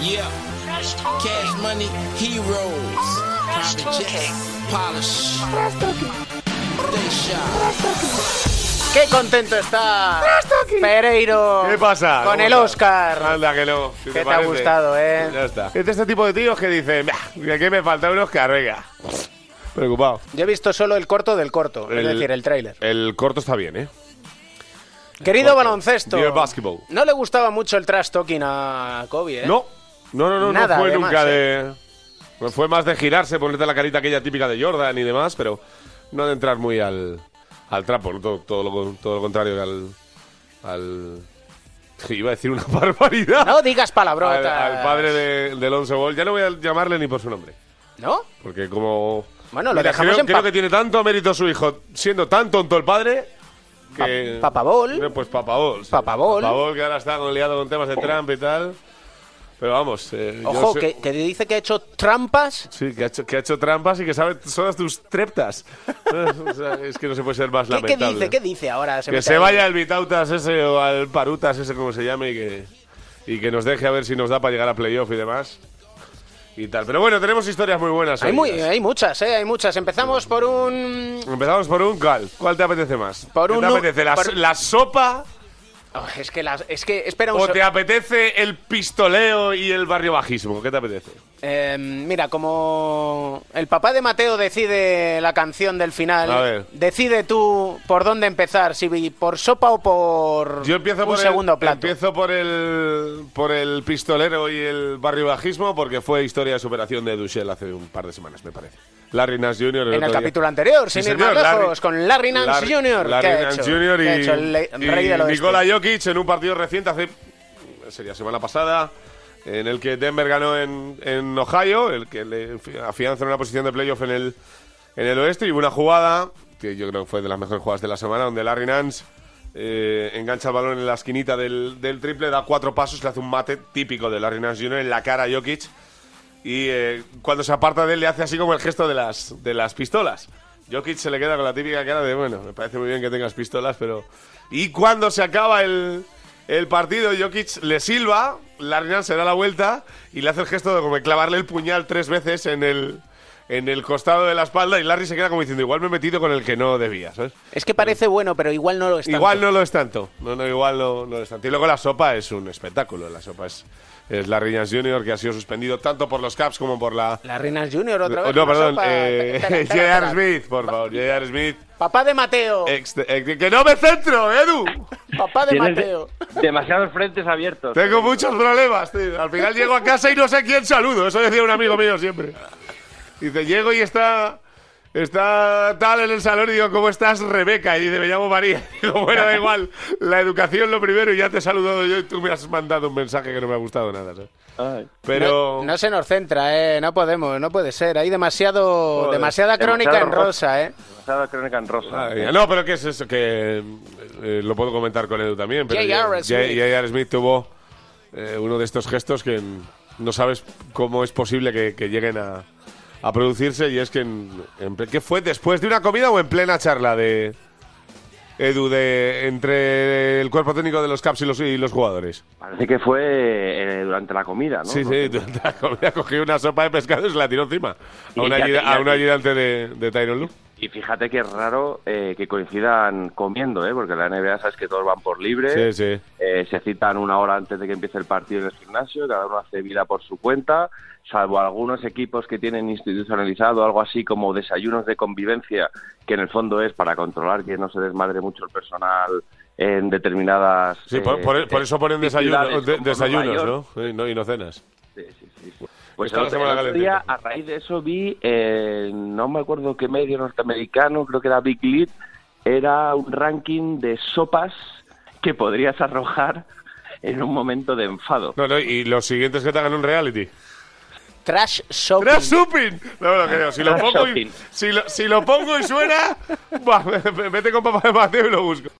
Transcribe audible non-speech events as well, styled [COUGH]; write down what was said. Yeah. Cash money, heroes. Trash Private talking. jets, polish. They shot. ¡Qué contento está Pereiro! ¿Qué pasa? Con ¿Cómo el estás? Ah. Oscar. Anda, que no. ¿Qué Que te ha gustado, ¿eh? Ya está. Es de este tipo de tíos que dicen, "Bah, ¿qué me falta un Oscar? Venga. Preocupado. Yo he visto solo el corto del corto, El- es decir, el tráiler. El corto está bien, ¿eh? Querido baloncesto. Dear basketball. No le gustaba mucho el trash talking a Kobe, ¿eh? No, no, no, no, Nada, no fue además, nunca ¿eh? de. pues fue más de girarse, ponerte la carita aquella típica de Jordan y demás, pero no de entrar muy al, al trapo, ¿no? todo, todo, lo, todo lo contrario que al. al. Iba a decir una [LAUGHS] barbaridad. No digas al, palabrotas. al padre de, de Alonso Ball. Ya no voy a llamarle ni por su nombre. ¿No? Porque como... Bueno, lo dejamos creo, en pa- creo que tiene tanto mérito su hijo, siendo tan tonto el padre, que... Pa- Papabol. Eh, Pues Papabol. sí. Papabol. Papabol, que ahora está con- liado con temas de Trump y tal. Pero vamos... eh, yo Oh. Ojo, sé- que, que dice que ha hecho trampas. Sí, que ha, hecho, que ha hecho trampas y que sabe todas tus treptas. [LAUGHS] O sea, es que no se puede ser más ¿Qué, qué lamentable. dice? ¿Qué dice ahora? que mete se ahí. vaya al Vitautas ese o al Parutas ese, como se llame, y que, y que nos deje a ver si nos da para llegar a playoff y demás. Y tal. Pero bueno, tenemos historias muy buenas. Hay, muy- oídas. hay muchas, ¿eh? Hay muchas. Empezamos por un... Empezamos por un cal. ¿Cuál te apetece más? Por ¿Qué un te nu- apetece? ¿La, por- so- la sopa Oh, es que las... Es que... Espera un o so- te apetece el pistoleo y el barrio bajismo? ¿Qué te apetece? Eh, mira, como el papá de Mateo decide la canción del final, A ver. decide tú por dónde empezar, si por sopa o por Yo empiezo un por segundo el, plato. Empiezo por el, por el pistolero y el barrio bajismo porque fue historia de superación de Duchel hace un par de semanas, me parece. Larry Nance Jr. En otro el día- capítulo anterior, Sí, sin ir señor, más Larry- lejos, con Larry Nance Larry- Jr. Larry ¿Qué ha Nance hecho? Jr. y, ¿Qué ha hecho el le- el y rey del oeste? Nikola Jokic en un partido reciente hace. Sería semana pasada. En el que Denver ganó en, en Ohio, el que le fi- afianza en una posición de playoff en el, en el oeste. Y hubo una jugada, que yo creo que fue de las mejores jugadas de la semana, donde Larry Nance eh, engancha el balón en la esquinita del, del triple, da cuatro pasos, le hace un mate típico de Larry Nance Jr. en la cara a Jokic. Y eh, cuando se aparta de él le hace así como el gesto de las, de las pistolas. Jokic se le queda con la típica cara de, bueno, me parece muy bien que tengas pistolas, pero... Y cuando se acaba el, el partido, Jokic le silba, Larry se da la vuelta y le hace el gesto de como clavarle el puñal tres veces en el, en el costado de la espalda y Larry se queda como diciendo, igual me he metido con el que no debía, ¿sabes? Es que parece bueno, pero igual no lo es. tanto. Igual no lo es tanto. No, no, igual no, no lo es tanto. Y luego la sopa es un espectáculo. La sopa es, es Larry Nance Jr. que ha sido suspendido tanto por los Caps como por la... Larry Nance Jr. otra vez. No, con la perdón. sopa. eh, [LAUGHS] Espera, espera, J.R. espera. Smith, por favor. J.R. Smith. Papá de Mateo. ex- eh, que no me centro, Edu. Papá de Tienes Mateo. demasiados frentes abiertos. Tengo muchos problemas, tío. Al final llego a casa y no sé quién saludo. Eso decía un amigo mío siempre. Dice, llego y está... Está tal en el salón y digo, ¿cómo estás, Rebeca? Y dice, me llamo María. [LAUGHS] Y digo, bueno, da igual. La educación lo primero y ya te he saludado yo y tú me has mandado un mensaje que no me ha gustado nada. ¿sabes? Ay, Pero... No, no se nos centra, eh. No podemos, no puede ser. Hay demasiado, Joder. demasiada crónica Demasiado en rojo. rosa, eh. demasiada crónica en rosa. Ah, ya. No, pero ¿qué es eso? Que eh, eh, lo puedo comentar con Edu también. Pero J.R. J- Smith. J.R. Smith tuvo eh, uno de estos gestos que mm, no sabes cómo es posible que, que lleguen a, a producirse y es que, en, en ple- ¿qué fue después de una comida o en plena charla de Edu de entre el cuerpo técnico de los Caps y los, y los jugadores? Parece que fue eh, durante la comida, ¿no? Sí, No sí, sé. durante la comida cogió una sopa de pescado y se la tiró encima Y a un, ya ayuda- tenía a un que- ayudante de, de Tyron Lue. Y fíjate que es raro eh, que coincidan comiendo, ¿eh? Porque en la NBA sabes que todos van por libre. Sí, sí. eh, se citan una hora antes de que empiece el partido en el gimnasio, cada uno hace vida por su cuenta, salvo algunos equipos que tienen institucionalizado algo así como desayunos de convivencia, que en el fondo es para controlar que no se desmadre mucho el personal en determinadas... Sí, por, eh, por- por eso ponen eh, desayuno- ciudades de- como Nueva desayunos, York. ¿no? Sí, no- Y no cenas. Sí, sí, sí. Pues el Está la otro, semana el otro día, calentita. a raíz de eso, vi, eh, no me acuerdo qué medio norteamericano, creo que era Big Lead, era un ranking de sopas que podrías arrojar en un momento de enfado. No, no, y los siguientes que te hagan un reality. Trash shopping. ¡Trash Supin! No me lo creo. Si lo Trash pongo y, shopping. [LAUGHS] si lo, si lo pongo y suena, va, vete con papá de Mateo y lo busco.